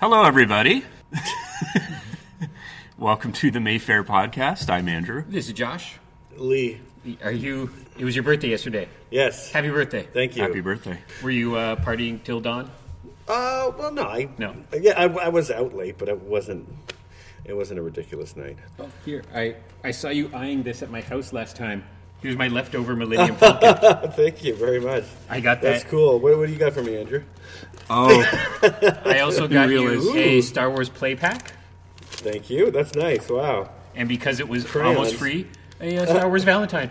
Hello, everybody. Welcome to the Mayfair podcast. I'm Andrew. This is Josh. Lee. Are you? It was your birthday yesterday. Yes. Happy birthday. Thank you. Happy birthday. Were you uh, partying till dawn? Uh, well, no, I No. Yeah, I, I was out late, but it wasn't. It wasn't a ridiculous night. Oh, here. I I saw you eyeing this at my house last time. Here's my leftover Millennium Falcon. Uh, Thank you very much. I got That's that. cool. What, what do you got for me, Andrew? Oh, I also got you realize- a Star Wars play pack, Thank you. That's nice. Wow. and because it was Crayons. almost free, a uh, Star Wars Valentine.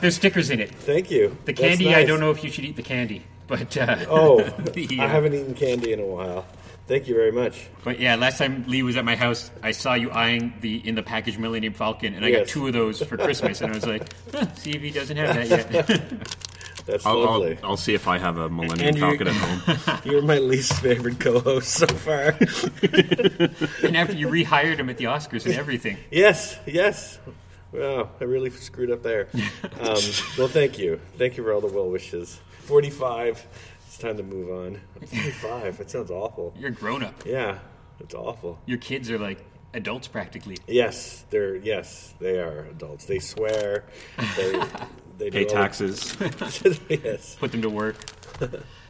There's stickers in it. Thank you. The candy. I don't know if you should eat the candy, but uh, Oh, the, I uh, haven't eaten candy in a while. Thank you very much. But yeah, last time Lee was at my house, I saw you eyeing the in the package Millennium Falcon, and I got Yes. two of those for Christmas, and I was like, huh, see if he doesn't have that yet. That's I'll, I'll, lovely. I'll see if I have a Millennium Andrew- Falcon at home. You're my least favorite co-host so far. and after you rehired him at the Oscars and everything, yes. Yes. Wow, I really screwed up there. Um, well, thank you. Thank you for all the well wishes. 45. It's time to move on. 45. That sounds awful. you're grown up. Yeah, it's awful. Your kids are like adults practically. Yes, they're yes, they are adults. They swear. They they Pay do all- taxes. yes. Put them to work.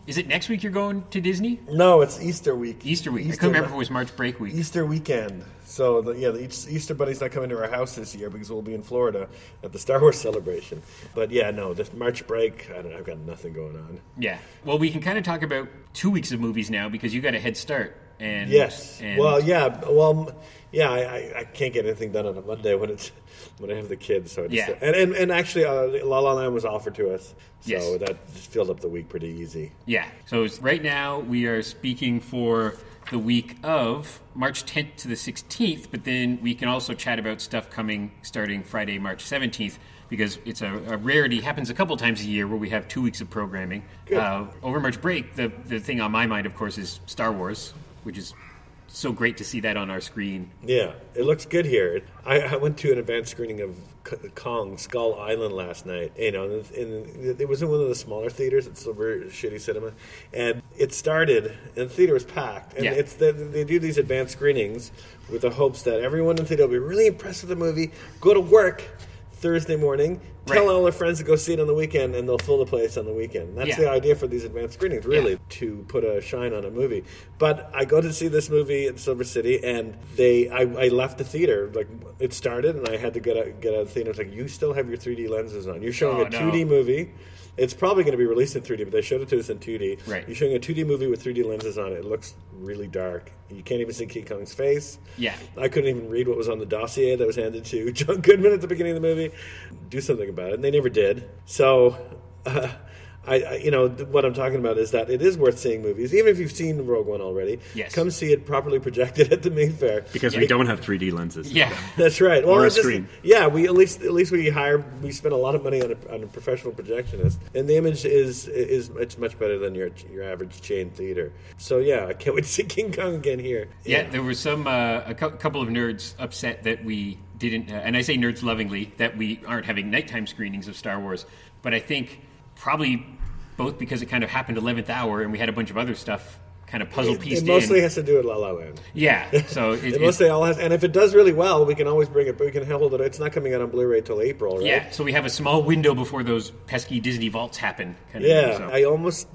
Is it next week you're going to Disney? No, it's Easter week. Easter week. I Easter, couldn't remember if it was March break week. Easter weekend. So the, yeah, the Eas- Easter Bunny's not coming to our house this year because we'll be in Florida at the Star Wars celebration. But yeah, no, this March break. I don't. I've got nothing going on. Yeah. Well, we can kind of talk about two weeks of movies now because you got a head start. And Yes. and well, yeah. b- Well, m- yeah. I, I, I can't get anything done on a Monday when it's when I have the kids. So I just, Yeah. And, and and actually, uh, La La Land was offered to us, so Yes. that just filled up the week pretty easy. Yeah. So it's- right now we are speaking for the week of March 10th to the 16th, but then we can also chat about stuff coming starting Friday, March 17th, because it's a, a rarity. Happens a couple times a year where we have two weeks of programming. Good. Uh, over March break, the the thing on my mind, of course, is Star Wars, which is so great to see that on our screen. Yeah, it looks good here. I, I went to an advanced screening of K- Kong Skull Island last night. You know, and, and it was in one of the smaller theaters. It's a very shitty cinema, and it started, and the theater was packed. And Yeah. it's they, they do these advanced screenings with the hopes that everyone in the theater will be really impressed with the movie, go to work Thursday morning, tell Right. all their friends to go see it on the weekend, and they'll fill the place on the weekend. That's Yeah. the idea for these advanced screenings, really, Yeah. to put a shine on a movie. But I go to see this movie in Silver City, and they, I, I left the theater. Like it started, and I had to get out, get out of the theater. It's like you still have your 3D lenses on. You're showing Oh, a 2D no. movie. It's probably going to be released in 3D, but they showed it to us in 2D. Right. You're showing a 2D movie with 3D lenses on it. It looks really dark. You can't even see King Kong's face. Yeah. I couldn't even read what was on the dossier that was handed to John Goodman at the beginning of the movie. Do something about it, and they never did. So, uh, I, I, you know, th- what I'm talking about is that it is worth seeing movies, even if you've seen Rogue One already. Yes. come see it properly projected at the Mayfair Because we don't have 3D lenses. Yeah. That's right. Or a it just- screen. Yeah, we at least at least we hire we spend a lot of money on a, on a professional projectionist, and the image is is it's much better than your your average chain theater. So yeah, I can't wait to see King Kong again here. Yeah, there were some uh, a cou- couple of nerds upset that we didn't, uh, and I say nerds lovingly that we aren't having nighttime screenings of Star Wars. But I think probably both because it kind of happened eleventh hour, and we had a bunch of other stuff kind of puzzle It, pieced it mostly in. has to do with La La Land. yeah, so it, it- Unless they all has, and if it does really well, we can always bring it. But we can hold it. It's not coming out on Blu-ray till April, right? yeah, so we have a small window before those pesky Disney vaults happen. Kind of thing, Yeah, so. I almost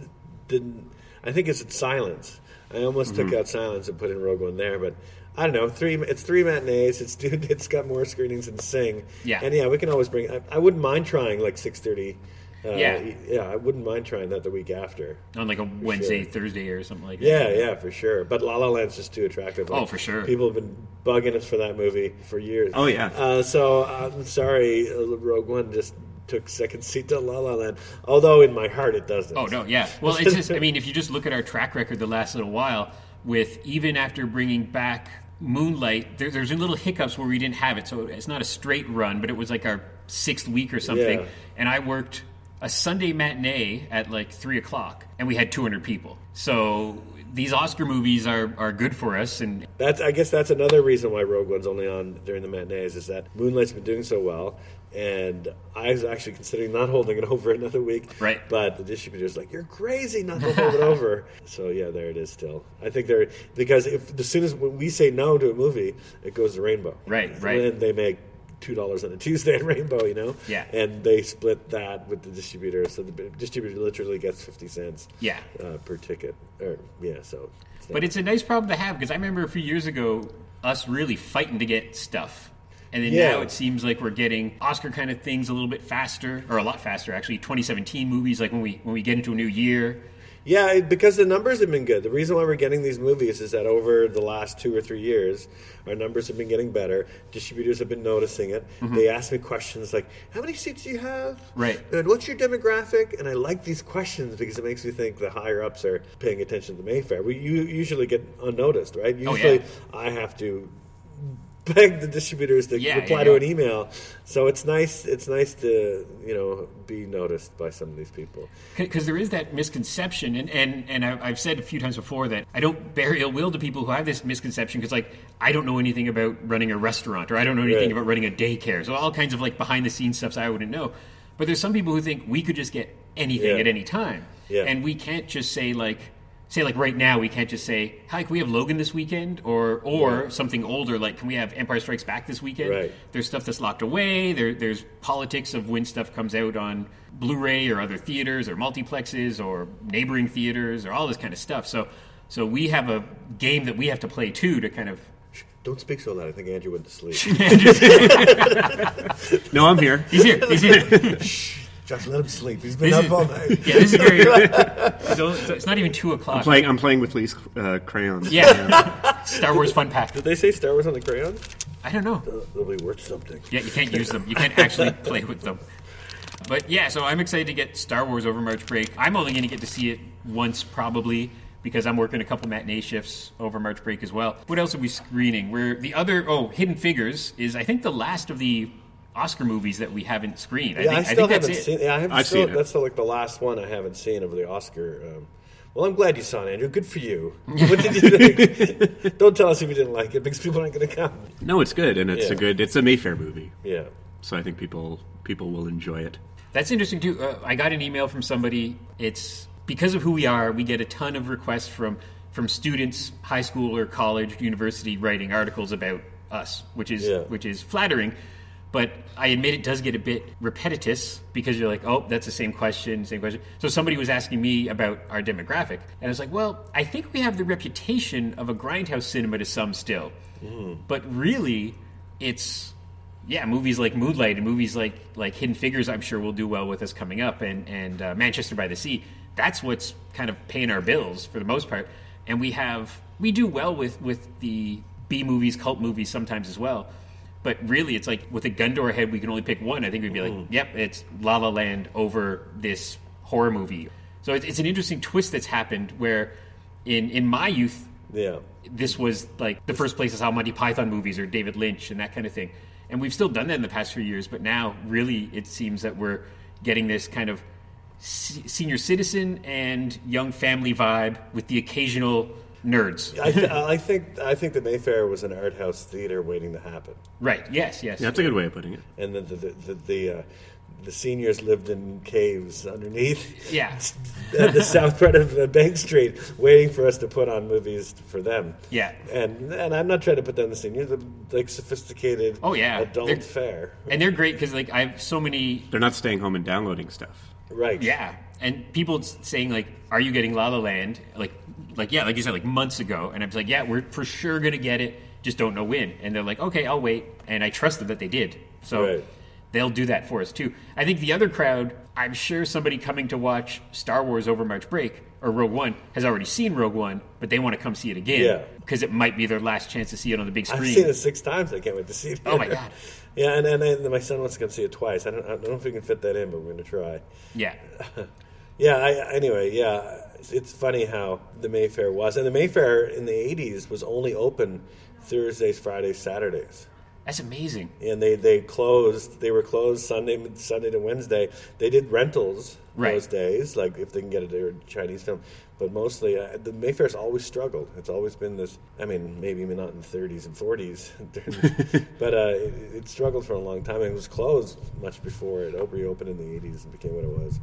didn't. I think it's at Silence. I almost Mm-hmm. took out Silence and put in Rogue One there, but I don't know. Three. It's three matinees. It's it's got more screenings than Sing. Yeah. and yeah, we can always bring. I, I wouldn't mind trying like six thirty. Uh, Yeah. yeah, I wouldn't mind trying that the week after. on like a Wednesday, Thursday, or something like that. Yeah, yeah, for sure. But La La Land's just too attractive. Oh, for sure. People have been bugging us for that movie for years. Oh, yeah. Uh, so I'm sorry, uh, Rogue One just took second seat to La La Land. Although in my heart it doesn't. Oh no, yeah. Well, it's just. I mean, if you just look at our track record the last little while, with even after bringing back Moonlight, there, there's little hiccups where we didn't have it, so it's not a straight run, but it was like our sixth week or something. Yeah. And I worked a Sunday matinee at like three o'clock, and we had 200 people. So these Oscar movies are are good for us, and That's I guess that's another reason why Rogue One's only on during the matinees is that Moonlight's been doing so well. And I was actually considering not holding it over another week. Right. But the distributor's like, "You're crazy not to hold it over." So yeah, there it is. Still, I think there because if as soon as we say no to a movie, it goes to Rainbow. Right, And right. then they make two dollars on a Tuesday at Rainbow, you know. Yeah. And they split that with the distributor, so the distributor literally gets fifty cents. Yeah. Uh, per ticket, or yeah. So. it's not- But it's a nice problem to have because I remember a few years ago us really fighting to get stuff. And then Yeah. now it seems like we're getting Oscar kind of things a little bit faster, or a lot faster actually. 2017 movies, like when we when we get into a new year, Yeah, it- because the numbers have been good. The reason why we're getting these movies is that over the last two or three years, our numbers have been getting better. Distributors have been noticing it. They ask me questions like, "How many seats do you have?" Mm-hmm. Right. And what's your demographic? And I like these questions because it makes me think the higher ups are paying attention to the Mayfair. We you usually get unnoticed, right? Oh, Usually, yeah. I have to beg the distributors to Yeah, reply yeah, to yeah. an email. So it's nice. It's nice to you know be noticed by some of these people. because there is that misconception, and and and I- I've said a few times before that I don't bear ill will to people who have this misconception because like I don't know anything about running a restaurant or I don't know anything Right. about running a daycare, so all kinds of like behind the scenes stuff I wouldn't know. But there's some people who think we could just get anything Yeah. at any time, Yeah. and we can't just say like say like right now we can't just say hi can we have logan this weekend or or something older like can we have empire strikes back this weekend Right. there's stuff that's locked away. There, there's politics of when stuff comes out on Blu-ray or other theaters or multiplexes or neighboring theaters or all this kind of stuff. So, so we have a game that we have to play too to kind of. Shh, Don't speak so loud. I think Andrew went to sleep. No, I'm here. He's here. He's here. Josh, let him sleep. He's been This up is- all night. Yeah, this is very. so- so it's not even two o'clock. Playing, I'm playing with Lee's uh, crayons. Yeah, Star Wars fun pack. Did they say Star Wars on the crayon? I don't know. They'll be worth something. Yeah, you can't use them. You can't actually play with them. But yeah, so I'm excited to get Star Wars over March break. I'm only going to get to see it once, probably, because I'm working a couple matinee shifts over March break as well. What else are we screening? Where the other oh, Hidden Figures is I think the last of the Oscar movies that we haven't screened. I Yeah, think, I still think that's haven't it. seen. Yeah, I haven't I've still, seen it. That's still like the last one I haven't seen of the Oscar. Um, well, I'm glad you saw it, Andrew. Good for you. What did you think? Don't tell us if you didn't like it because people aren't going to come. No, it's good, and it's Yeah. a good. It's a Mayfair movie, Yeah. so I think people people will enjoy it. That's interesting too. Uh, I got an email from somebody. It's because of who we are. We get a ton of requests from from students, high school or college, university, writing articles about us, which is Yeah. which is flattering. But I admit it does get a bit repetitious because you're like, oh, that's the same question, same question. So somebody was asking me about our demographic, and I was like, well, I think we have the reputation of a grindhouse cinema to some still, but really, it's yeah, movies like Moonlight and movies like like Hidden Figures, I'm sure will do well with us coming up, and and uh, Manchester by the Sea. That's what's kind of paying our bills for the most part, and we have we do well with with the B movies, cult movies sometimes as well. But really, it's like with a gun to our head, we can only pick one. I think we'd be like, yep, it's La La Land over this horror movie. So it's, it's an interesting twist that's happened where, in in my youth, Yeah. this was like the first places how Monty Python movies or David Lynch and that kind of thing. And we've still done that in the past few years, but now really it seems that we're getting this kind of se- senior citizen and young family vibe with the occasional nerds. I, th- I think I think the Mayfair was an art house theater waiting to happen, Right. Yes, yes. Yeah, that's a good way of putting it. and the the the, the, uh, the seniors lived in caves underneath. Yeah. at the south part of uh, Bank Street, waiting for us to put on movies for them. Yeah. and and I'm not trying to put down the seniors, but like sophisticated. Oh, yeah. adult They're- fare. And they're great cuz like I have so many They're not staying home and downloading stuff. Right. Yeah, and people s- saying like, "Are you getting La La Land?" Like, like yeah, like you said, like months ago, and I was like, "Yeah, we're for sure gonna get it, just don't know when." And they're like, "Okay, I'll wait," and I trust them that they did. So Right. they'll do that for us too. I think the other crowd, I'm sure somebody coming to watch Star Wars over March break or Rogue One has already seen Rogue One, but they want to come see it Yeah. again because it might be their last chance to see it on the big I've screen. seen it six times. I can't wait to see it. Oh, my God. Yeah, and, and, and my son wants to come see it twice. I don't, I don't know if we can fit that in, but we're going to try. Yeah, Yeah. I, anyway, yeah, it's funny how the Mayfair was, and the Mayfair in the '80s was only open Thursdays, Fridays, Saturdays. That's amazing. and they they closed. They were closed Sunday, Sunday to Wednesday. They did rentals Right. those days, like if they can get a Chinese film. But mostly, uh, the Mayfair's always struggled. It's always been this. I mean, maybe not in the 30s and 40s, but uh, it, it struggled for a long time. and It was closed much before it op- reopened in the 80s and became what it was.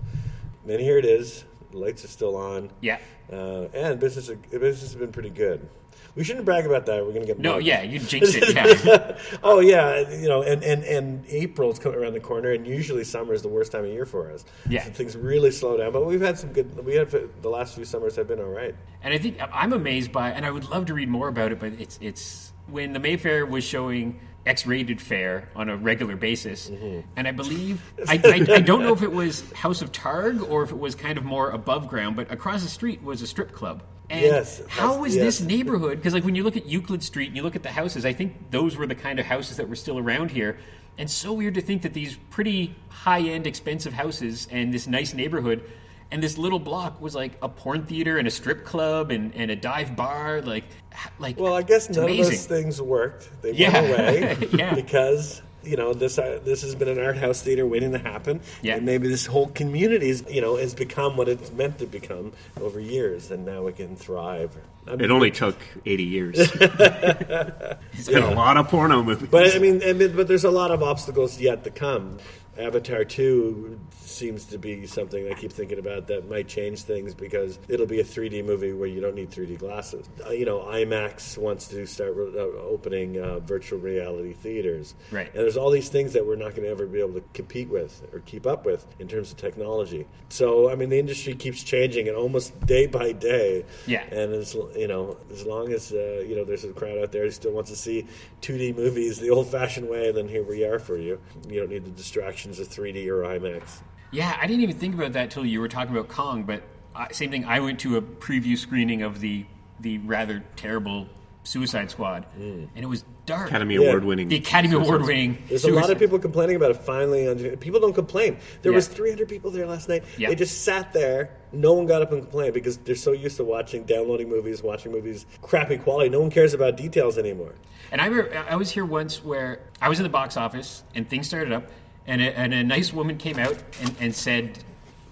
And then here it is. The lights are still on. Yeah. Uh, and business, business has been pretty good. We shouldn't brag about that. We're going to get No, more. yeah, you jinxed it. Yeah. oh yeah, you know, and and and April's coming around the corner, and usually summer is the worst time of year for us. Yeah. So things really slow down. But we've had some good. We have the last few summers have been all right. And I think I'm amazed by, and I would love to read more about it, but it's it's when the Mayfair was showing X-rated fare on a regular basis, Mm-hmm. and I believe I, I, I don't know if it was House of Targ or if it was kind of more above ground, but across the street was a strip club. And Yes, how is that's- this yes. neighborhood? Because like when you look at Euclid Street and you look at the houses, I think those were the kind of houses that were still around here. And so weird to think that these pretty high-end, expensive houses and this nice neighborhood and this little block was like a porn theater and a strip club and, and a dive bar. Like, h- like Well, I guess it's none amazing. of those things worked. They Yeah. went away Yeah. because you know this uh, this has been an art house theater waiting to happen. Yeah. And maybe this whole community is you know has become what it's meant to become over years, and now it can thrive. I'm It only took 80 years. It's been a lot of porno movies. But I mean, I mean, but there's a lot of obstacles yet to come. Avatar two seems to be something I keep thinking about that might change things because it'll be a 3D movie where you don't need 3D glasses. Uh, you know, IMAX wants to start uh, opening uh, virtual reality theaters, Right. And there's all these things that we're not going to ever be able to compete with or keep up with in terms of technology. So I mean, the industry keeps changing and almost day by day. Yeah. And as you know, as long as uh, you know, there's a crowd out there who still wants to see 2D movies the old-fashioned way, then here we are for you. You don't need the distractions of 3D or IMAX. Yeah, I didn't even think about that till you were talking about Kong. But I, same thing. I went to a preview screening of the the rather terrible Suicide Squad, and it was dark. Academy Yeah. Award winning. the Academy Award winning. Mm. There's a lot of people complaining about it. Finally, on people don't complain. There Yeah. was 300 people there last night. Yeah. They just sat there. No one got up and complained because they're so used to watching, downloading movies, watching movies, crappy quality. No one cares about details anymore. And I, remember, I was here once where I was in the box office and things started up, and a, and a nice woman came out and, and said,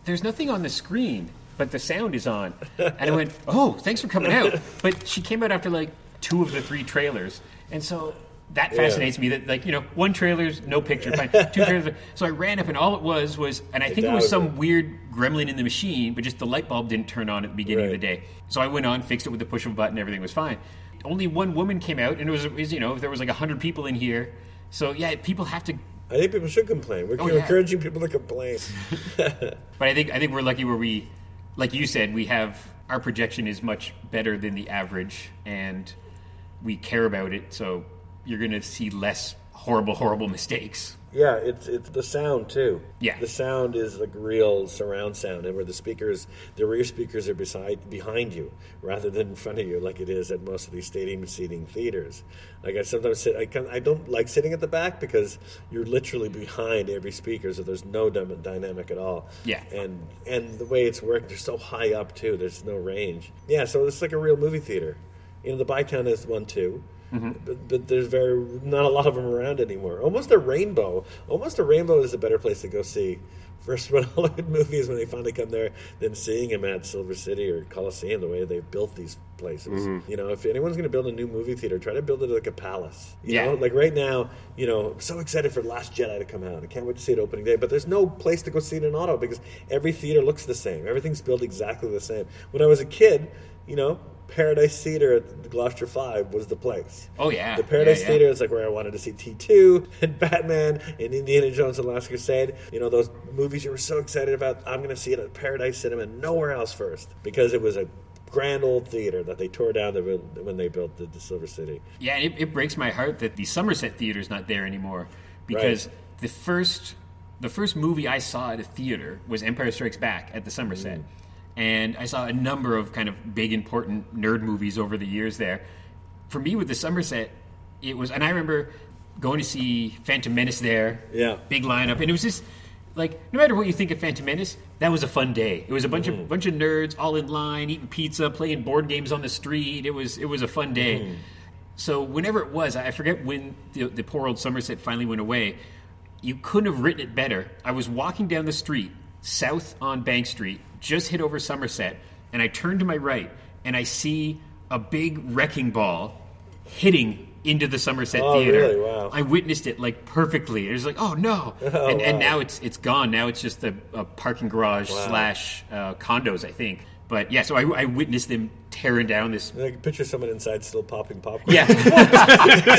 "There's nothing on the screen, but the sound is on." And I went, "Oh, thanks for coming out." But she came out after like two of the three trailers, and so that fascinates me. That like you know, one trailer's no picture, fine. Two trailers. So I ran up, and all it was was, and I think it was dial. some weird gremlin in the machine, but just the light bulb didn't turn on at the beginning of Right. the day. So I went on, fixed it with the push of a button, everything was fine. Only one woman came out, and it was, it was, you know, there was like 100 people in here. So yeah, people have to. I think people should complain. We're Oh, yeah. encouraging people to complain. But I think, I think we're lucky where we, like you said, we have our projection is much better than the average, and we care about it. So you're going to see less horrible, horrible mistakes. Yeah, it's it's the sound too. Yeah. the sound is like real surround sound, and where the speakers, the rear speakers are beside behind you rather than in front of you, like it is at most of these stadium seating theaters. Like I sometimes sit, I can, I don't like sitting at the back because you're literally behind every speaker, so there's no dy- dynamic at all. Yeah. and and the way it's worked, they're so high up too. There's no range. Yeah, so it's like a real movie theater. You know, the Bytown has one too, but, but there's very not a lot of them around anymore. Almost a rainbow. Almost a rainbow is a better place to go see first run Hollywood movies when they finally come there than seeing them at Silver City or Coliseum. The way they've built these places. You know, if anyone's going to build a new movie theater, try to build it like a palace. You Yeah. know, like right now, you know, I'm so excited for Last Jedi to come out. I can't wait to see it opening day. But there's no place to go see it in auto because every theater looks the same. Everything's built exactly the same. When I was a kid, you know, Paradise Theater at Gloucester Five was the place. Oh, yeah. the Paradise Yeah, yeah. Theater is like where I wanted to see T two and Batman and Indiana Jones and Last Crusade. You know, those movies you were so excited about. I'm going to see it at Paradise Cinema, nowhere else first because it was a grand old theater that they tore down the, when they built the, the Silver City. Yeah, it, it breaks my heart that the Somerset Theater's not there anymore because the first the first movie I saw at a theater was Empire Strikes Back at the Somerset, and I saw a number of kind of big important nerd movies over the years there. For me, with the Somerset, it was, and I remember going to see Phantom Menace there. Yeah. big lineup, and it was just. Like no matter what you think of Phantom Menace, that was a fun day. It was a bunch Mm. of bunch Mm. of nerds all in line, eating pizza, playing board games on the street. It was it was a fun day. So whenever it was, I forget when the, the poor old Somerset finally went away. You couldn't have written it better. I was walking down the street, south on Bank Street, just hit over Somerset, and I turn to my right, and I see a big wrecking ball hitting into the Somerset Oh, Theater. really? Wow. I witnessed it like perfectly. It was like, oh no! and, and wow. now it's it's gone. Now it's just a, a parking garage Wow. slash uh, condos, I think. But yeah, so I, I witnessed them tearing down this. I can picture someone inside still popping popcorn. Yeah, You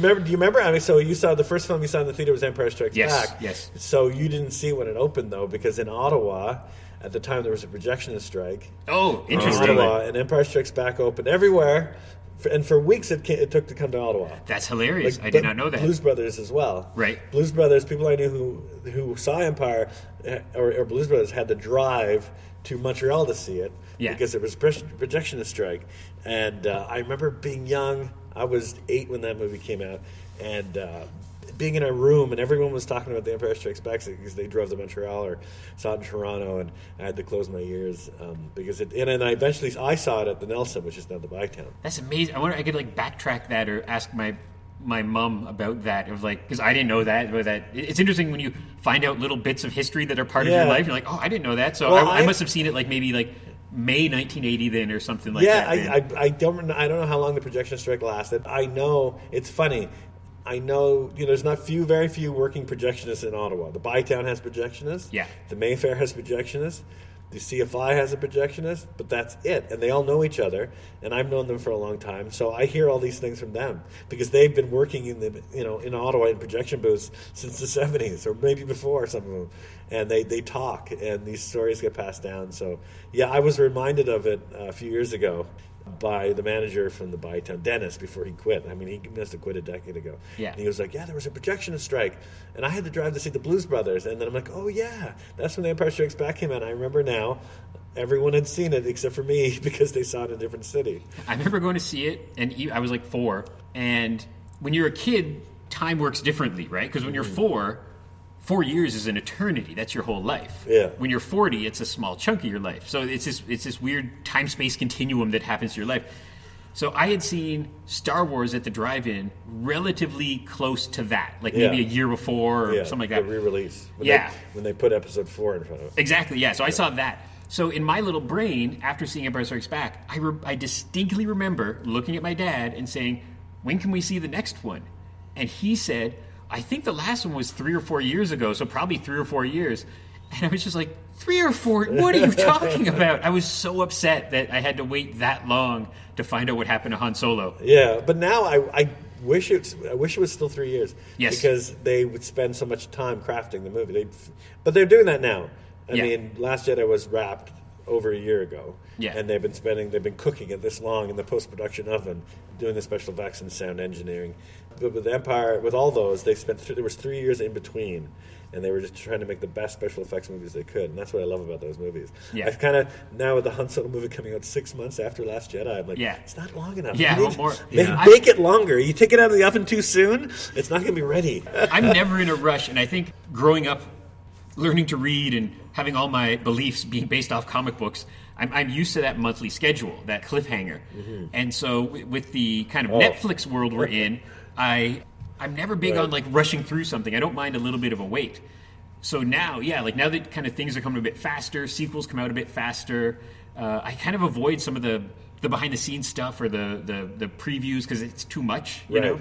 remember? Do you remember? I mean, so you saw the first film you saw in the theater was Empire Strikes Yes, Back. yes. So you didn't see it when it opened though, because in Ottawa, at the time there was a projectionist strike. Oh, In interesting. Ottawa, and Empire Strikes Back opened everywhere, for, and for weeks it, ca it took to come to Ottawa. That's hilarious. Like, I did but not know that. Blues Brothers as well. Right. Blues Brothers. People I knew who who saw Empire eh, or, or Blues Brothers had to drive to Montreal to see it Yeah. because there was a proj- projectionist strike. And uh, I remember being young. I was eight when that movie came out, and. Uh, being in a room and everyone was talking about the Empire Strikes Back because they drove to Montreal or saw it in Toronto, and I had to close my ears um, because it. And, and I eventually I saw it at the Nelson, which is now the Bytown. That's amazing. I wonder if I could like backtrack that or ask my my mom about that. It was like because I didn't know that. Or that it's interesting when you find out little bits of history that are part of Yeah. your life. You're like, oh, I didn't know that. So Well, I, I I- must have seen it like maybe like May 1980 then or something like yeah, that. then. I, I, I don't kn- I don't know how long the projection strike lasted. I know it's funny. I know you know there's not few very few working projectionists in Ottawa. The Bytown has projectionists. Yeah. The Mayfair has projectionists. The CFI has a projectionist, but that's it. And they all know each other, and I've known them for a long time, so I hear all these things from them because they've been working in the you know in Ottawa in projection booths since the '70s or maybe before some of them, and they they talk and these stories get passed down. So yeah, I was reminded of it uh, a few years ago by the manager from the Bytown, Dennis, before he quit. I mean, he must have quit a decade ago. Yeah. And he was like, "Yeah, there was a projectionist strike, and I had to drive to see the Blues Brothers." And then I'm like, "Oh yeah, that's when The Empire Strikes Back came out." I remember now. Everyone had seen it except for me because they saw it in a different city. I remember going to see it, and e- I was like four. And when you're a kid, time works differently, right? Because when you're Mm-hmm. four, four years is an eternity. That's your whole life. Yeah. When you're 40, it's a small chunk of your life. So it's this it's this weird time space continuum that happens to your life. So I had seen Star Wars at the drive-in relatively close to that, like maybe Yeah. a year before or yeah, something like the that. re-release. When Yeah. they, when they put episode four in front of it. Exactly. Yeah. So I saw that. So in my little brain, after seeing Empire Strikes Back, I, re- I distinctly remember looking at my dad and saying, "When can we see the next one?" And he said, "I think the last one was three or four years ago, so probably three or four years." And I was just like, three or four? What are you talking about? I was so upset that I had to wait that long to find out what happened to Han Solo. Yeah, but now I, I wish it I wish it was still three years. Yes. because they would spend so much time crafting the movie. They, but they're doing that now. I Yeah. mean, Last Jedi was wrapped over a year ago. Yeah. and they've been spending they've been cooking it this long in the post production oven, doing the special effects and sound engineering. But with Empire, with all those, they spent th- there was three years in between. And they were just trying to make the best special effects movies they could, and that's what I love about those movies. Yeah. I've kind of now with the Han Solo movie coming out six months after Last Jedi, I'm like, Yeah. it's not long enough. Yeah, You one more. They Yeah. Make it longer. You take it out of the oven too soon, it's not going to be ready. I'm never in a rush, and I think growing up, learning to read and having all my beliefs being based off comic books, I'm, I'm used to that monthly schedule, that cliffhanger. And so, w- with the kind of Netflix world we're in, I I'm never big Right. on like rushing through something. I don't mind a little bit of a wait. So now, yeah, like now that kind of things are coming a bit faster, sequels come out a bit faster. Uh, I kind of avoid some of the the behind the scenes stuff or the the, the previews because it's too much, you know.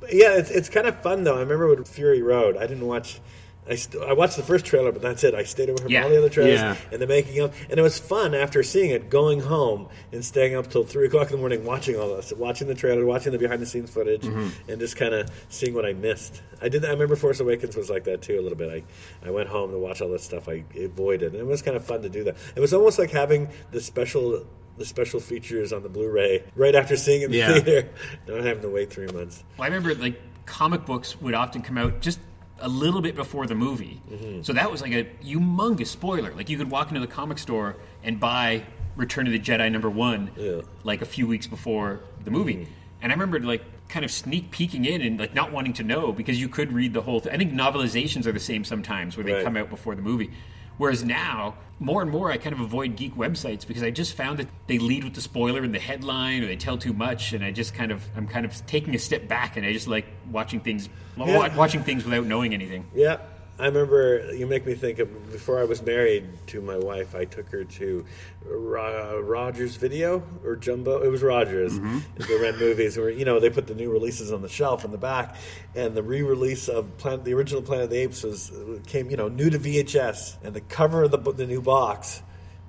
But yeah, it's, it's kind of fun though. I remember with Fury Road, I didn't watch. I, st- I watched the first trailer, but that's it. I stayed away from Yeah. all the other trailers Yeah. and the making of, and it was fun after seeing it, going home and staying up till three o'clock in the morning, watching all this, watching the trailer, watching the behind the scenes footage, and just kind of seeing what I missed. I did. I remember Force Awakens was like that too a little bit. I, I went home to watch all that stuff I avoided, and it was kind of fun to do that. It was almost like having the special. The special features on the Blu-ray right after seeing it in the Yeah. theater, not having to wait three months. Well, I remember like comic books would often come out just a little bit before the movie, so that was like a humongous spoiler. Like you could walk into the comic store and buy Return of the Jedi number one, Yeah. like a few weeks before the movie. And I remember like kind of sneak peeking in and like not wanting to know because you could read the whole thing. I think novelizations are the same sometimes where they Right. come out before the movie. Whereas now, more and more, I kind of avoid geek websites because I just found that they lead with the spoiler and the headline, or they tell too much, and I just kind of I'm kind of taking a step back, and I just like watching things, wa- Yeah. watching things without knowing anything. Yeah, I remember. You make me think of before I was married to my wife. I took her to Ro- Rogers Video or Jumbo. It was Rogers. Mm-hmm. They rent movies. Where you know they put the new releases on the shelf in the back, and the re-release of Planet, the original Planet of the Apes was came you know new to VHS, and the cover of the bo- the new box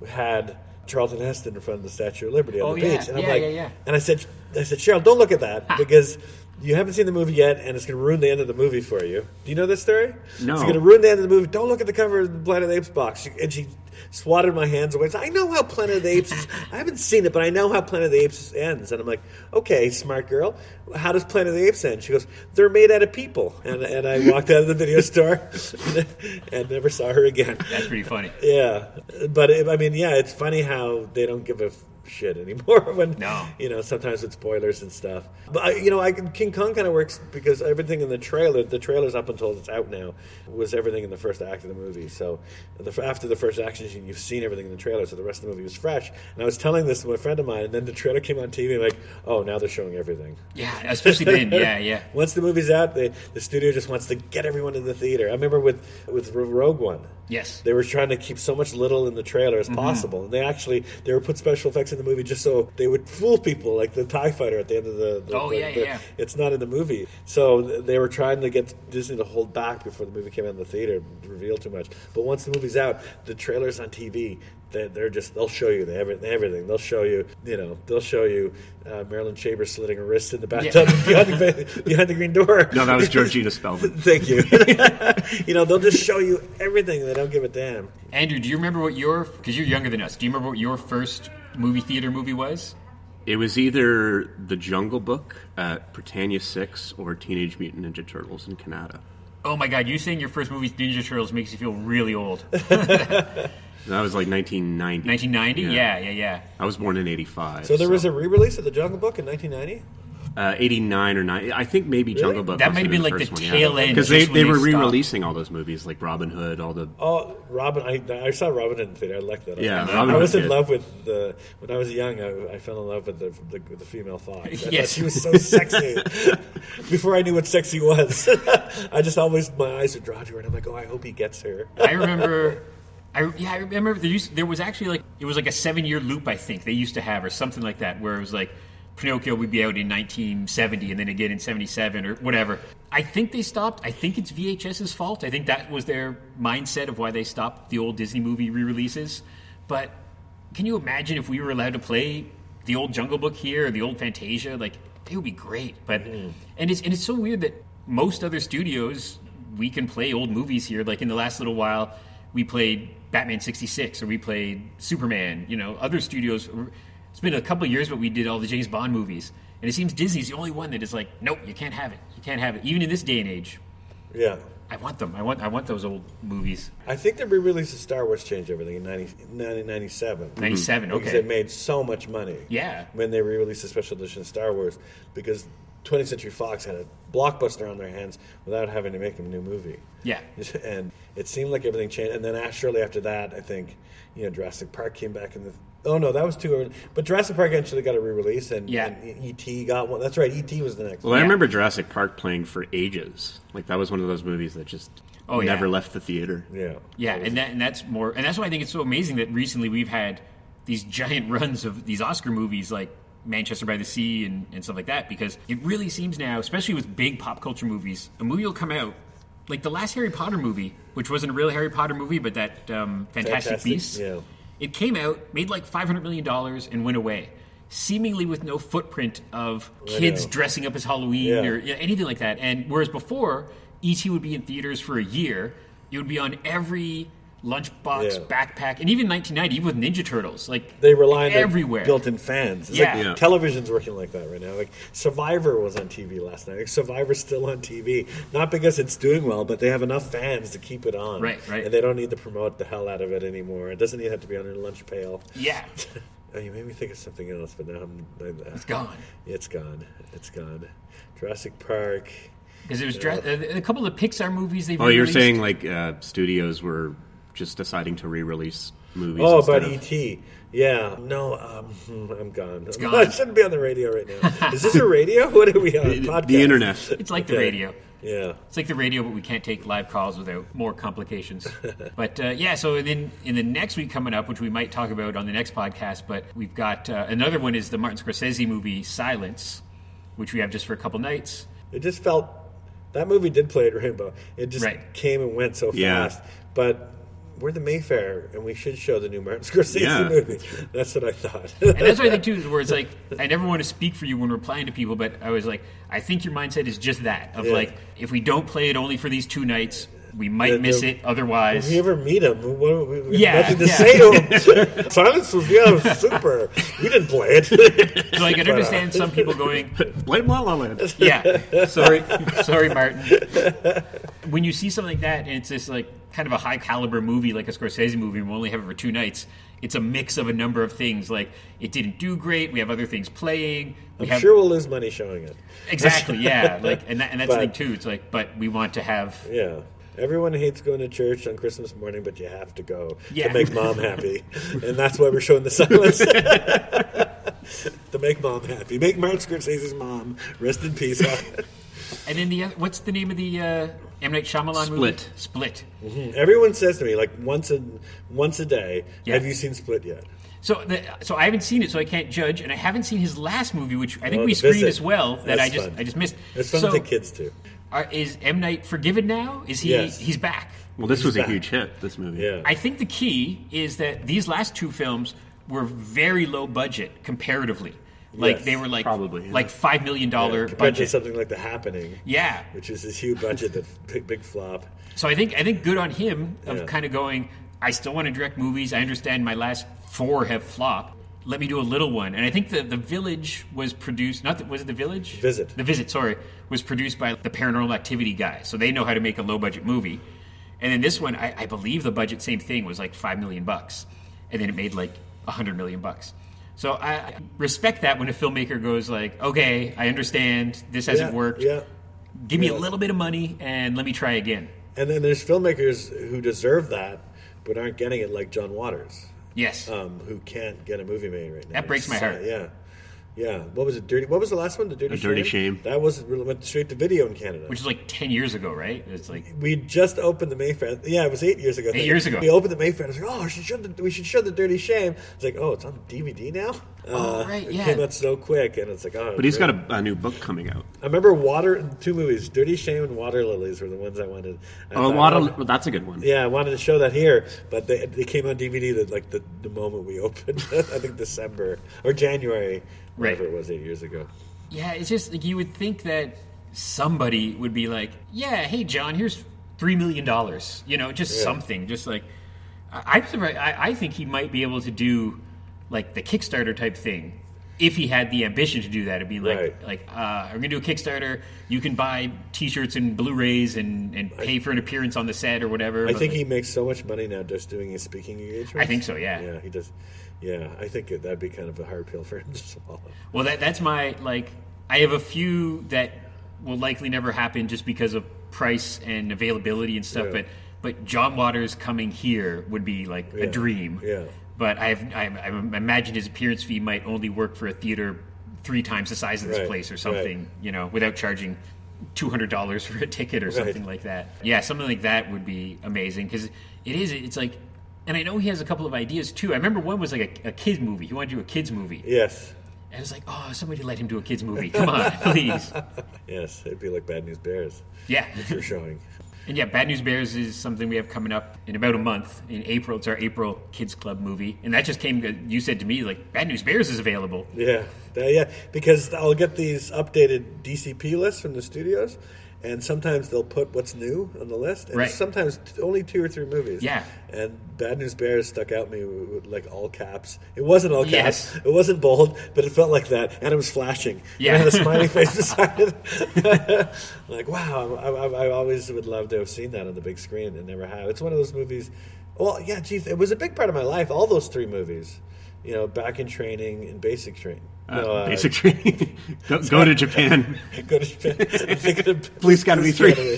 had. Charlton Heston in front of the Statue of Liberty on Oh, the yeah. beach, and I'm Yeah, like, yeah, yeah. and I said, I said, Cheryl, don't look at that because you haven't seen the movie yet, and it's going to ruin the end of the movie for you. Do you know this story? No. It's going to ruin the end of the movie. Don't look at the cover of the Planet of the Apes box. She, and she swatted my hands away. She said, I know how Planet of the Apes. Is, I haven't seen it, but I know how Planet of the Apes ends. And I'm like, okay, smart girl. How does Planet of the Apes end? She goes, they're made out of people. And, and I walked out of the video store and never saw her again. That's pretty funny. Yeah, but it, I mean, yeah, it's funny how they don't give a f- shit anymore when No. you know sometimes it's spoilers and stuff. But I, you know, I, King Kong kind of works because everything in the trailer, the trailers up until it's out now, was everything in the first act of the movie. So the, f- after the first action scene, you've seen everything in the trailer, so the rest of the movie was fresh. And I was telling this to a friend of mine, and then the trailer came on TV, like, oh, now they're showing everything. Yeah, especially then. Yeah, yeah. Once the movie's out, they, the studio just wants to get everyone in the theater. I remember with with Rogue One. Yes. They were trying to keep so much little in the trailer Mm-hmm. as possible, and they actually they were put special effects in the movie just so they would fool people, like the Tie Fighter at the end of the. the Oh, the- yeah, yeah, the- yeah. It's not in the movie, so th- they were trying to get Disney to hold back before the movie came out in the theater, reveal too much. But once the movie's out, the trailers on TV. They're, they're just they'll show you the, every, everything they'll show you you know they'll show you uh, Marilyn Chaber slitting her wrist in the bathtub behind, the, behind the green door No, that was Georgina Spelman. thank you you know they'll just show you everything they don't give a damn Andrew, do you remember what your because you're younger than us? Do you remember what your first movie theater movie was? It was either The Jungle Book at Britannia 6 or Teenage Mutant Ninja Turtles in Canada. Oh my God! You saying your first movie Ninja Turtles makes you feel really old. That was like 1990. 1990? Yeah. Yeah, yeah, yeah. I was born in 85. So there was a re-release of the Jungle Book in 1990. uh, 89 or 90. I think maybe Jungle Book. That must might have been, like, the first the one, tail end, Because they, just they when were they stopped. re-releasing all those movies, like Robin Hood, all the. Oh, Robin! I, I saw Robin Hood in the theater. I liked that. Yeah, I, Robin I was Hood's in good. love with the when I was young. I, I fell in love with the the, with the female fox. I thought Yes. she was so sexy. Before I knew what sexy was, I just always my eyes would drawn to her, and I'm like, oh, I hope he gets her. I remember. I, yeah, I remember there, used, there was actually like it was like a seven-year loop I think they used to have or something like that where it was like Pinocchio would be out in 1970 and then again in 77 or whatever. I think they stopped. I think it's VHS's fault. I think that was their mindset of why they stopped the old Disney movie re-releases. But can you imagine if we were allowed to play the old Jungle Book here or the old Fantasia? Like they would be great. But and it's and it's so weird that most other studios we can play old movies here. Like in the last little while, we played Batman '66 or we played Superman. You know, other studios. It's been a couple of years, but we did all the James Bond movies, and it seems Disney's the only one that is like, nope, you can't have it. You can't have it, even in this day and age. Yeah. I want them. I want. I want those old movies. I think the re-release of Star Wars changed everything in 90, 1997. '97. because they Okay. made so much money. Yeah. When they re-released the special edition of Star Wars, because 20th Century Fox had a blockbuster on their hands without having to make a new movie. Yeah. And it seemed like everything changed. And then uh, shortly after that, I think you know Jurassic Park came back in the. Oh no, that was too early. But Jurassic Park actually got a re-release, and, Yeah. and E.T. got one. That's right, E.T. was the next. Well, I Yeah. remember Jurassic Park playing for ages. Like, that was one of those movies that just Oh, yeah. never left the theater. yeah. Yeah, and that and that's more and that's why I think it's so amazing that recently we've had these giant runs of these Oscar movies like Manchester by the Sea and, and stuff like that because it really seems now, especially with big pop culture movies, a movie will come out like the last Harry Potter movie, which wasn't a real Harry Potter movie, but that um, Fantastic, Fantastic, Beasts. yeah. It came out, made like five hundred million dollars, and went away, seemingly with no footprint of kids know. dressing up as Halloween Yeah. or yeah, anything like that. And whereas before, ET would be in theaters for a year, it would be on every lunchbox, Yeah. backpack, and even 1990, even with Ninja Turtles, like They rely on everywhere. their built-in fans. It's Yeah. like Yeah. television's working like that right now. Like Survivor was on TV last night. Like Survivor's still on TV, not because it's doing well, but they have enough fans to keep it on. Right, right. And they don't need to promote the hell out of it anymore. It doesn't even have to be on their lunch pail. yeah, Oh, you made me think of something else, but now I'm, I'm it's gone. It's gone. It's gone. Jurassic Park. Because there's dra- a a couple of Pixar movies they've Oh, you're released. saying, like, uh, studios were just deciding to re-release movies. Oh, instead about of- ET. Yeah. No, um, hmm, I'm gone. gone. I shouldn't be on the radio right now. Is this a radio? What are we on? the, Podcast? the internet. It's like the Okay. radio. Yeah. It's like the radio, but we can't take live calls without more complications. but uh, yeah, so then in the next week coming up, which we might talk about on the next podcast, but we've got uh, another one is the Martin Scorsese movie Silence, which we have just for a couple nights. It just felt that movie did play at Rainbow. It just Right. came and went so Yeah. fast. But we're the Mayfair, and we should show the new Martin Scorsese Yeah. movie. That's what I thought. And that's what I think too, is where it's like I never want to speak for you when replying to people, but I was like, I think your mindset is just that of Yeah. like, if we don't play it only for these two nights, we might Yeah, miss the- it. Otherwise, if we ever meet him, we- we, we- we Yeah, have nothing to yeah. say to him. Silence was yeah, it was super. We didn't play it. so I can understand some people going, Blame La La Land. yeah, sorry, sorry, Martin. When you see something like that, and it's this like kind of a high caliber movie, like a Scorsese movie, and we only have it for two nights. It's a mix of a number of things. Like it didn't do great. We have other things playing. We I'm have sure we'll lose money showing it. exactly, yeah. Like and, that, and that's the thing But- too. It's like, but we want to have Yeah. Everyone hates going to church on Christmas morning, but you have to go Yeah. to make mom happy. and that's why we're showing the silence. to make mom happy. Make Martin Scorsese's mom rest in peace. And then the other, what's the name of the uh, M Night Shyamalan movie? Split. Split. Everyone says to me, like once a once a day, Yeah. have you seen Split yet? So, the, so I haven't seen it, so I can't judge, and I haven't seen his last movie, which I think Oh, we The screened Visit. as well. That That's I just fun. I just missed. It's fun so, with the kids too. Are, is M Night forgiven now? Is he? Yes. He's back. Well, this was a back. huge hit. This movie. Yeah. I think the key is that these last two films were very low budget comparatively. Like Yes, they were like probably, yeah. like five million dollar Compared to budget. something like The Happening, yeah. which is this huge budget, that big, big flop. So I think I think good on him of Yeah. kind of going. I still want to direct movies. I understand my last four have flopped. Let me do a little one. And I think the the Village was produced. Not the, was it the Village? Visit. The Visit. Sorry, was produced by the Paranormal Activity guys. So they know how to make a low budget movie. And then this one, I, I believe the budget same thing was like five million bucks, and then it made like a hundred million bucks. So I respect that when a filmmaker goes like, okay, I understand this hasn't yeah, worked. Yeah. Give me a Yeah. little bit of money and let me try again. And then there's filmmakers who deserve that but aren't getting it like John Waters. Yes. um, who can't get a movie made right now. That breaks my It's sad, heart. Yeah, yeah. What was it? Dirty. What was the last one? The dirty. The Dirty Shame. That was really went straight to video in Canada. which is like 10 years ago, right? It's like, we just opened the Mayfair. Yeah, it was eight years ago. I think. years ago. we opened the Mayfair. I was like, "Oh, we should show the, we should show the Dirty Shame." It's like, "Oh, it's on DVD now." Uh, Oh, right, it yeah. Came out so quick, and it's like, "Oh." But he's got a, a new book coming out. I remember Water. Two movies, Dirty Shame and Water Lilies, were the ones I wanted. I Oh, thought, Water, well, that's a good one. Yeah, I wanted to show that here, but they, they came on DVD that like the, the moment we opened. I think December or January, whatever Right. it was, eight years ago. yeah, it's just like you would think that somebody would be like, yeah, hey, John, here's $3 million. You know, just Yeah. something. Just like, I, I'm surprised- I, I think he might be able to do like the Kickstarter type thing. If he had the ambition to do that, it'd be like, Right. like uh, we're gonna do a Kickstarter. You can buy T-shirts and Blu-rays and, and pay for an appearance on the set or whatever. I but, think like, he makes so much money now just doing his speaking engagements. I think so, yeah. Yeah, he does. Yeah, I think that'd be kind of a hard pill for him to swallow. Well, that that's my like. I have a few that will likely never happen just because of price and availability and stuff. Yeah. But but John Waters coming here would be like a Yeah. dream. Yeah. But I've I, I imagine his appearance fee might only work for a theater three times the size of this Right, place or right. something. You know, without charging. Two hundred dollars for a ticket or something like that. Yeah, something like that would be amazing because it is. It's like, and I know he has a couple of ideas too. I remember one was like a, a kids movie. He wanted to do a kids movie. Yes, And it's like, oh, somebody let him do a kids movie. Come on, please. yes, it'd be like Bad News Bears Yeah, for showing. and yeah, Bad News Bears is something we have coming up in about a month in April. It's our April kids club movie, and that just came. You said to me like, Bad News Bears is available. Yeah, Uh, yeah, because I'll get these updated DCP lists from the studios, and sometimes they'll put what's new on the list, and Right. sometimes t- only two or three movies. Yeah. And Bad News Bears stuck out me with, with like all caps. It wasn't all caps. Yes. It wasn't bold, but it felt like that, and it was flashing. Yeah. And it had a smiley face beside it. like wow, I, I, I always would love to have seen that on the big screen, and never have. It's one of those movies. Well, yeah, geez, it was a big part of my life. All those three movies. You know, back in training and basic training. Uh, No, uh, basic training. go, go to Japan. Go to Japan. I'm thinking of Police Academy Police 3. Academy.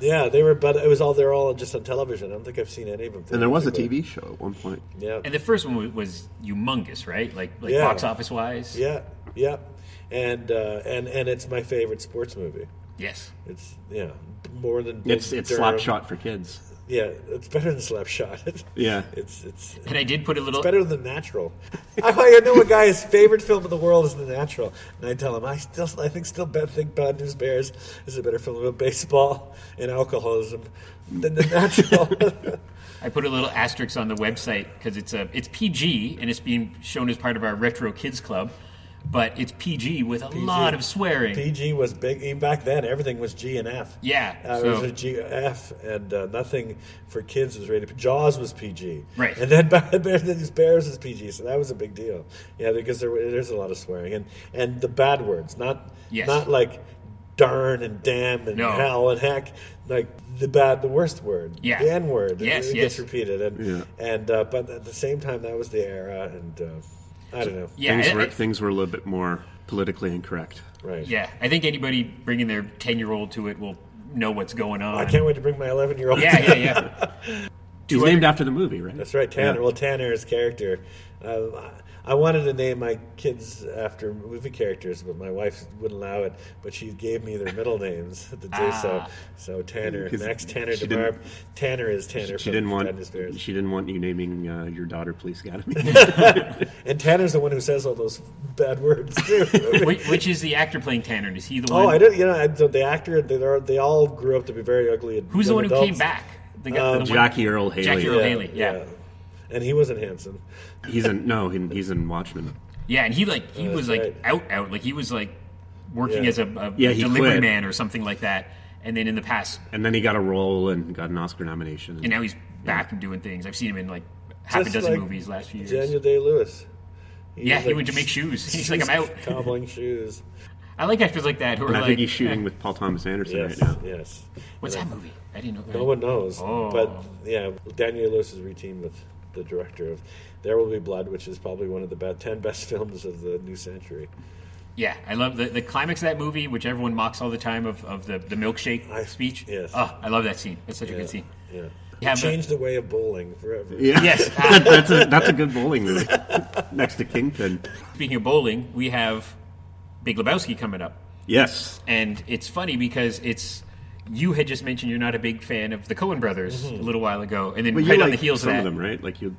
Yeah, they were, but it was all they're all just on television. I don't think I've seen any of them. And there was a TV show at one point. Yeah, And the first one was, was humongous, right? Like, like Yeah. box office wise. yeah, yeah, and uh, and and it's my favorite sports movie. Yes. It's yeah, more than It's it's Durham. Slapshot for kids. Yeah, it's better than Slapshot. It's, Yeah. it's it's And I did put a little. better than Natural. I, I know a guy's favorite film in the world is The Natural, and I tell him I still I think still bad, think Bad News Bears is a better film about baseball and alcoholism than The Natural. I put a little asterisk on the website because it's a it's PG and it's being shown as part of our retro kids club, but it's PG with a lot of swearing. PG was big even back then. Everything was G and F. Yeah, uh, it so- was a G F, and uh, nothing for kids was rated. Jaws was PG, Right. And then Bad Bears, these Bears is PG, so that was a big deal. Yeah, because there, were- there's a lot of swearing and and the bad words, not Yes. not like darn and damn and No. hell and heck, like the bad, the worst word, Yeah. the N word. Yes, it gets yes. repeated, and and uh, but at the same time, that was the era, and uh, I don't know, Yeah, things, I- were, I- things were a little bit more politically incorrect. right? yeah. I think anybody bringing their ten year old to it will know what's going on. I can't wait to bring my 11 year old. Yeah, yeah, yeah. He's I- named after the movie, right? That's right, Tanner. Yeah. Well, Tanner's character. Uh, I- I wanted to name my kids after movie characters, but my wife wouldn't allow it. But she gave me their middle names to do Ah. so. So Tanner, Because Max Tanner she DeBarb. Tanner is Tanner. She from didn't Bad News want. Bears. She didn't want you naming uh, your daughter police academy. And Tanner's the one who says all those bad words too. Which, which is the actor playing Tanner? Is he the one? oh, I didn't. You know, I, the, the actor. They, are- they all grew up to be very ugly. and Who's the young one who came adults. back? The guy, Um, the one- Jackie Earl Haley. Jackie Earl Haley. Yeah. yeah, And he wasn't handsome. He's in no. He, he's in Watchmen. and he like he was like that's right. out out like he was like working Yeah. as a, a Yeah, he delivery quit. man or something like that. And then in the past, And then he got a role and got an Oscar nomination. and now he's back and doing things. I've seen him in like half Just a dozen like movies last few years. Daniel Day Lewis. yeah, he would make shoes. He's like, I'm out. Cobbling shoes. I like actors like that who are And I like, think he's shooting with Paul Thomas Anderson Yes, right now. yes. what's that movie? I didn't know. No one knows. Oh. But yeah, Daniel Lewis is reteamed with the director of There Will Be Blood, which is probably one of the best, ten best films of the new century. Yeah, I love the, the climax of that movie, which everyone mocks all the time of, of the, the milkshake I- speech. yes. Oh, I love that scene. That's such a Yeah, good scene. Yeah. Yeah, It but- changed the way of bowling forever. Yeah. Yes. ah, That- that's a that's a good bowling movie. Next to Kingpin. Speaking of bowling, we have Big Lebowski coming up. Yes. And it's funny because it's you had just mentioned you're not a big fan of the Coen brothers Mm-hmm. a little while ago, and then But you right like on the heels some of of that. them, right? Like you,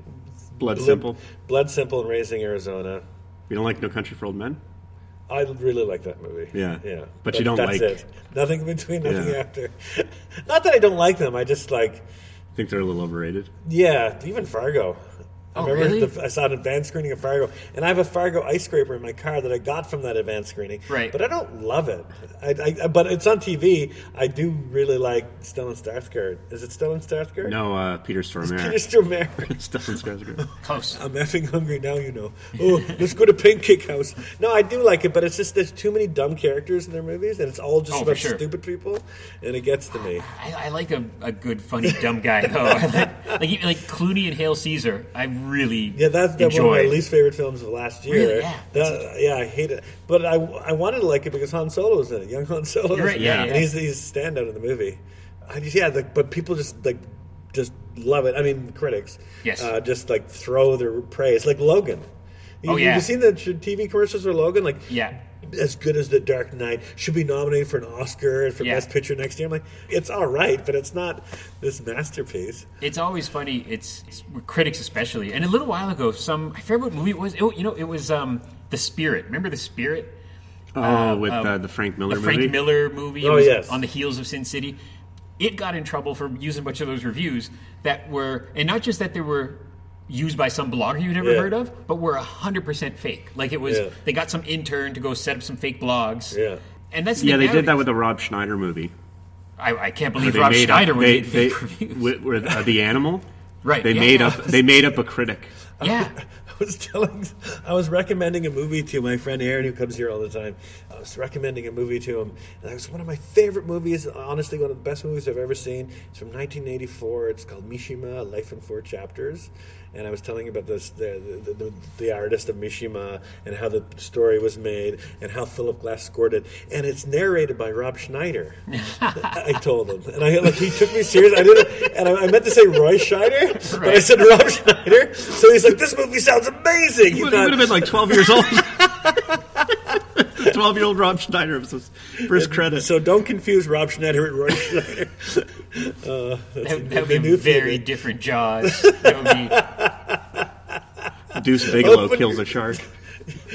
Blood Simple. Blood Simple and Raising Arizona. You don't like No Country for Old Men. I really like that movie. Yeah. yeah. But you don't that's like- it. nothing between, nothing Yeah. after. Not that I don't like them. I just like I think they're a little overrated. Yeah, even Fargo. I Oh, remember really? the, I saw an advanced screening of Fargo, and I have a Fargo ice scraper in my car that I got from that advanced screening. Right. but I don't love it. I, I, but it's on TV. I do really like Stellan Skarsgård. Is it Stellan Skarsgård? No, uh, Peter Peter Stormare. Stormare. Stellan Skarsgård. Close. I'm effing hungry now, you know. Oh, let's go to Pancake House. No, I do like it, but it's just there's too many dumb characters in their movies, and it's all just Oh, for about sure. stupid people, and it gets to me. I, I like a, a good, funny, dumb guy though. I like, like even like Clooney and Hale Caesar. I really Yeah, that's that one enjoy. of my least favorite films of last year. Really? Yeah. That- yeah, I hate it. But I, I wanted to like it because Han Solo was in it. Young Han Solo. You're right, yeah, And yeah. he's he's a standout in the movie. I just, yeah, the, but people just like just love it. I mean, critics. Yes. Uh, just like throw their praise, like Logan. You, Oh, yeah. Have you seen the t- TV commercials for Logan? Like Yeah. As good as The Dark Knight should be nominated for an Oscar and for Yeah. Best Picture next year. I'm like, it's all right, but it's not this masterpiece. It's always funny. It's, it's critics especially. And a little while ago, some I forget what movie it was. It, you know, it was um, the Spirit. Remember the Spirit? Oh, with uh, the Frank Miller the Frank movie. Miller movie. It Oh, was yes. On the heels of Sin City, it got in trouble for using a bunch of those reviews that were, and not just that they were used by some blogger you've never Yeah. heard of, but were hundred percent fake. Like it was, Yeah. they got some intern to go set up some fake blogs. Yeah. And that's the Yeah, thing they did that nowadays. with the Rob Schneider movie. I, I can't where believe they Rob made up- Schneider was they- in fake they- reviews. with- with, uh, the animal. Right, They yeah. made up. They made up a critic. yeah. I was telling, I was recommending a movie to my friend Aaron, who comes here all the time. I was recommending a movie to him, and it was one of my favorite movies. Honestly, one of the best movies I've ever seen. It's from 1984. It's called Mishima: A Life in Four Chapters, and I was telling about this the, the, the, the artist of Mishima and how the story was made and how Philip Glass scored it, and it's narrated by Rob Schneider. I told him, and I like he took me serious. I didn't, and I, I meant to say Roy Schneider, but I said Rob Schneider. So he's like, "This movie sounds amazing." He would, thought- have been like 12 years old. 12 year old Rob Schneider was his first credit. so don't confuse Rob Schneider and Roy Schneider. Uh, that's That, the- that would the be new very favorite. different Jaws. That would be Deuce Bigelow Open- kills a shark.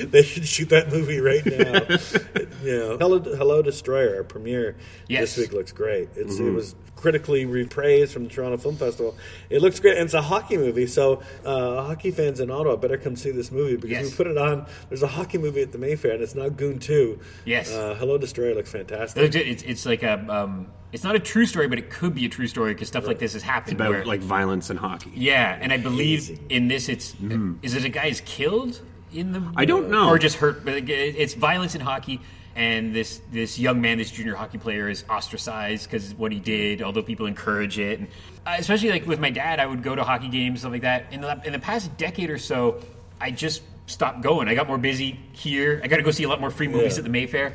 They should shoot that movie right now. yeah. Hello, Hello Destroyer, our premiere Yes. this week looks great. It's, It was critically repraised from the Toronto Film Festival. It looks great, and it's a hockey movie, so uh, hockey fans in Ottawa better come see this movie because Yes. we put it on. There's a hockey movie at the Mayfair, and it's now Goon 2. Yes. Uh, Hello Destroyer looks fantastic. It's, it's, it's like a. Um, it's not a true story, but it could be a true story because stuff like this has happened. where- About like violence and hockey. yeah, and I believe Amazing. in this, it's is it a guy is killed in the Mm. I don't know. or just hurt, but it- it's violence in hockey. And this this young man, this junior hockey player, is ostracized because what he did, although people encourage it. And uh, especially like with my dad, I would go to hockey games, stuff like that. In the in the past decade or so, I just stopped going. I got more busy here. I got to go see a lot more free movies Yeah. at the Mayfair.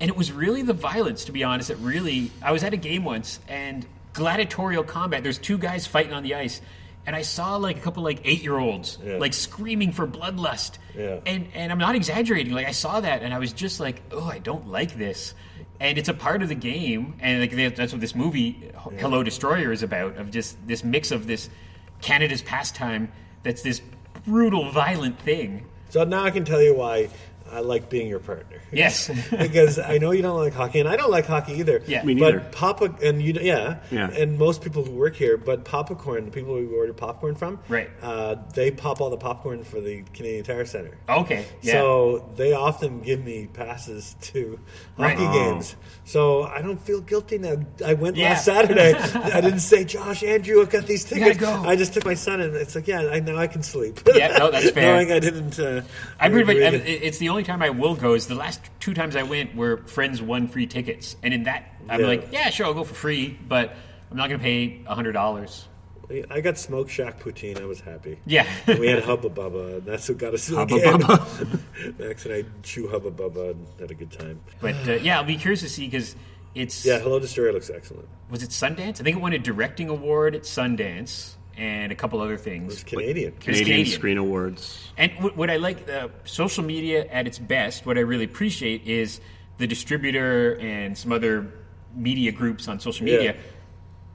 And it was really the violence, to be honest, that really. I was at a game once and gladiatorial combat. There's two guys fighting on the ice, and I saw like a couple like eight year olds Yeah. like screaming for bloodlust. Yeah. And and I'm not exaggerating. Like I saw that, and I was just like, oh, I don't like this. And it's a part of the game, and like they- that's what this movie H- Hello Destroyer is about. Of just this mix of this Canada's pastime that's this brutal, violent thing. So now I can tell you why I like being your partner. Yes. because I know you don't like hockey, and I don't like hockey either. Yeah. Me neither. but Papa and you, yeah, Yeah. and most people who work here, but Popcorn, the people we order popcorn from, Right. Uh, they pop all the popcorn for the Canadian Tire Center. okay. Oh, Yeah. So they often give me passes to Right. hockey Oh. games. So I don't feel guilty now. I went Yeah. last Saturday. I didn't say, Josh, Andrew, I've got these gotta tickets. go. I just took my son, and it's like, yeah, I, now I can sleep. Yeah, no, that's fair. Knowing I didn't. Uh, I pretty much, didn't- I- it's the only time I will go is the last two times I went were friends won free tickets. And in that, I'm Yeah. like, yeah, sure, I'll go for free, but I'm not going to pay $100. I got smoke shack poutine. I was happy. Yeah. And we had Hubba Bubba, and that's what got us to the Hubba game. Max and I chew Hubba Bubba and had a good time. but uh, yeah, I'll be curious to see because it's, Yeah, Hello Destroyer looks excellent. was it Sundance? I think it won a directing award at Sundance and a couple other It's things. Canadian. Canadian, Canadian. Screen Awards. And what, what I like, uh, social media at its best, what I really appreciate is the distributor and some other media groups on social media. Yeah.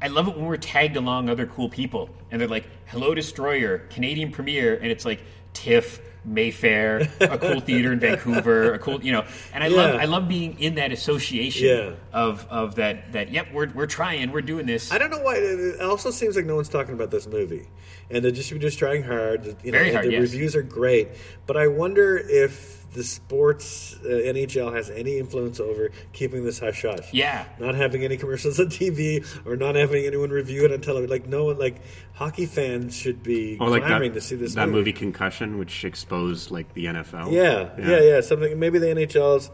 I love it when we're tagged along other cool people and they're like, Hello Destroyer, Canadian premiere, and it's like TIFF, Mayfair, a cool theater in Vancouver, a cool you know. And I love Yeah. I love being in that association Yeah. of of that that yep, we're we're trying, we're doing this. I don't know why. It also seems like no one's talking about this movie, and they're just just trying hard. You know, Very and hard, The yes. reviews are great, but I wonder if the sports uh, NHL has any influence over keeping this hush hush. Yeah. not having any commercials on TV or not having anyone review it on television. Like no one, like hockey fans should be Or Oh, like clamoring that, to see this that movie. movie Concussion, which exposed like the NFL. Yeah, yeah, yeah, Something maybe the NHL's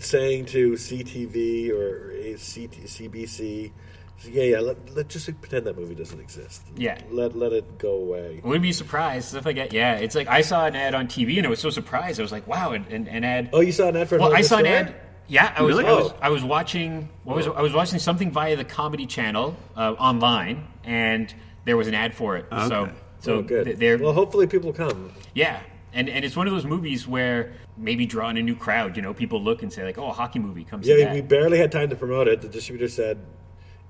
saying to CTV or CT, CBC. so yeah, yeah. Let, let just pretend that movie doesn't exist. Yeah. Let let it go away. wouldn't be surprised stuff like that. Yeah, it's like I saw an ad on TV and I was so surprised. I was like, wow, an, an, an ad. Oh, you saw an ad for Well, Hello I saw an Destroyer? ad. Yeah, I was, Really? I was Oh. I was watching what was I was watching something via the Comedy Channel uh, online, and there was an ad for it. So Okay. so oh, good. th- there, Well, hopefully people come. yeah, and and it's one of those movies where maybe draw in a new crowd. You know, people look and say like, oh, a hockey movie comes. Yeah, to we that. barely had time to promote it. The distributor said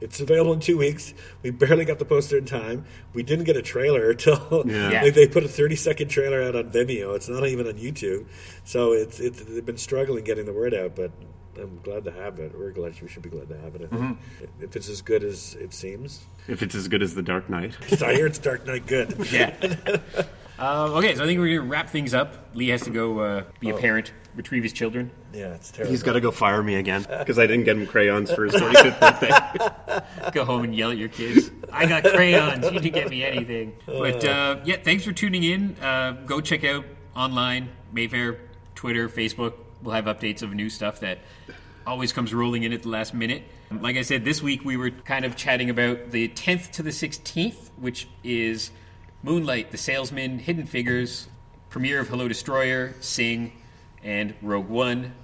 it's available in two weeks. We barely got the poster in time. We didn't get a trailer until Yeah. Yeah. like, they put a 30 second trailer out on Vimeo. It's not even on YouTube. So it's, it's they've been struggling getting the word out, but I'm glad to have it. We're glad we should be glad to have it. I think. Mm-hmm. If it's as good as it seems, If it's as good as The Dark Knight. because I hear it's Dark Knight good. yeah. um, okay, so I think we're gonna wrap things up. Lee has to go uh, be Oh. a parent, retrieve his children. Yeah, it's terrible. He's got to go fire me again because I didn't get him crayons for his 45th birthday. go home and yell at your kids. I got crayons. You didn't get me anything. But uh, yeah, thanks for tuning in. Uh, go check out online Mayfair, Twitter, Facebook. We'll have updates of new stuff that always comes rolling in at the last minute. Like I said, this week we were kind of chatting about the 10th to the 16th, which is Moonlight, The Salesman, Hidden Figures, premiere of Hello Destroyer, Sing, and Rogue One,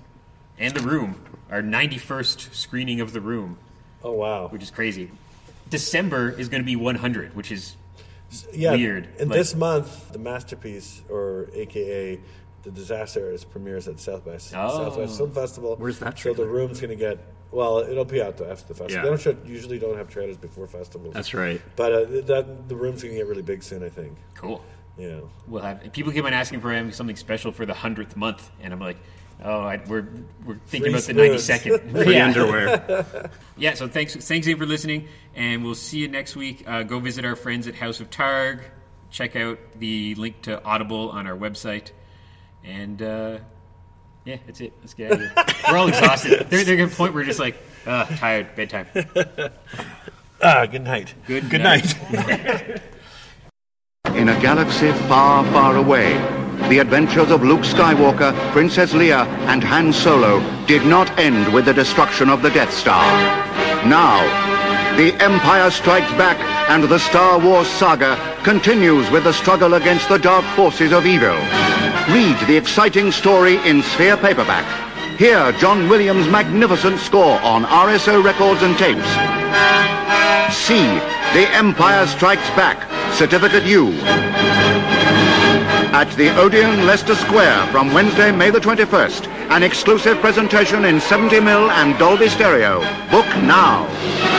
and The Room, our 91st screening of The Room, Oh wow. which is crazy. December is going to be 100, which is yeah, weird, And like- this month, the masterpiece, or AKA the disaster, is premieres at South by Oh. Southwest Film Festival. Where's that So the trailer? room's going to get. Well, it'll be out after the festival. Yeah. They don't show, usually don't have trailers before festivals. That's right. But uh, that, the room's going to get really big soon, I think. cool. Yeah. We'll have people keep on asking for having something special for the 100th month, and I'm like, oh, I, we're we're thinking Free about the spoons. 92nd. Free yeah. underwear. Yeah, so thanks, thanks again for listening, and we'll see you next week. Uh, go visit our friends at House of Targ. Check out the link to Audible on our website, and uh, yeah, that's it. Let's get out of here. We're all exhausted. They're, they're at a point where we're just like, uh, tired, bedtime. Ah, good night. Good Good night. In a galaxy far, far away, the adventures of Luke Skywalker, Princess Leia, and Han Solo did not end with the destruction of the Death Star. Now, the Empire Strikes Back and the Star Wars saga continues with the struggle against the dark forces of evil. Read the exciting story in Sphere Paperback. Hear John Williams' magnificent score on RSO records and tapes. See The Empire Strikes Back, Certificate U. At the Odeon Leicester Square from Wednesday, May the 21st. An exclusive presentation in 70mm and Dolby Stereo. Book now.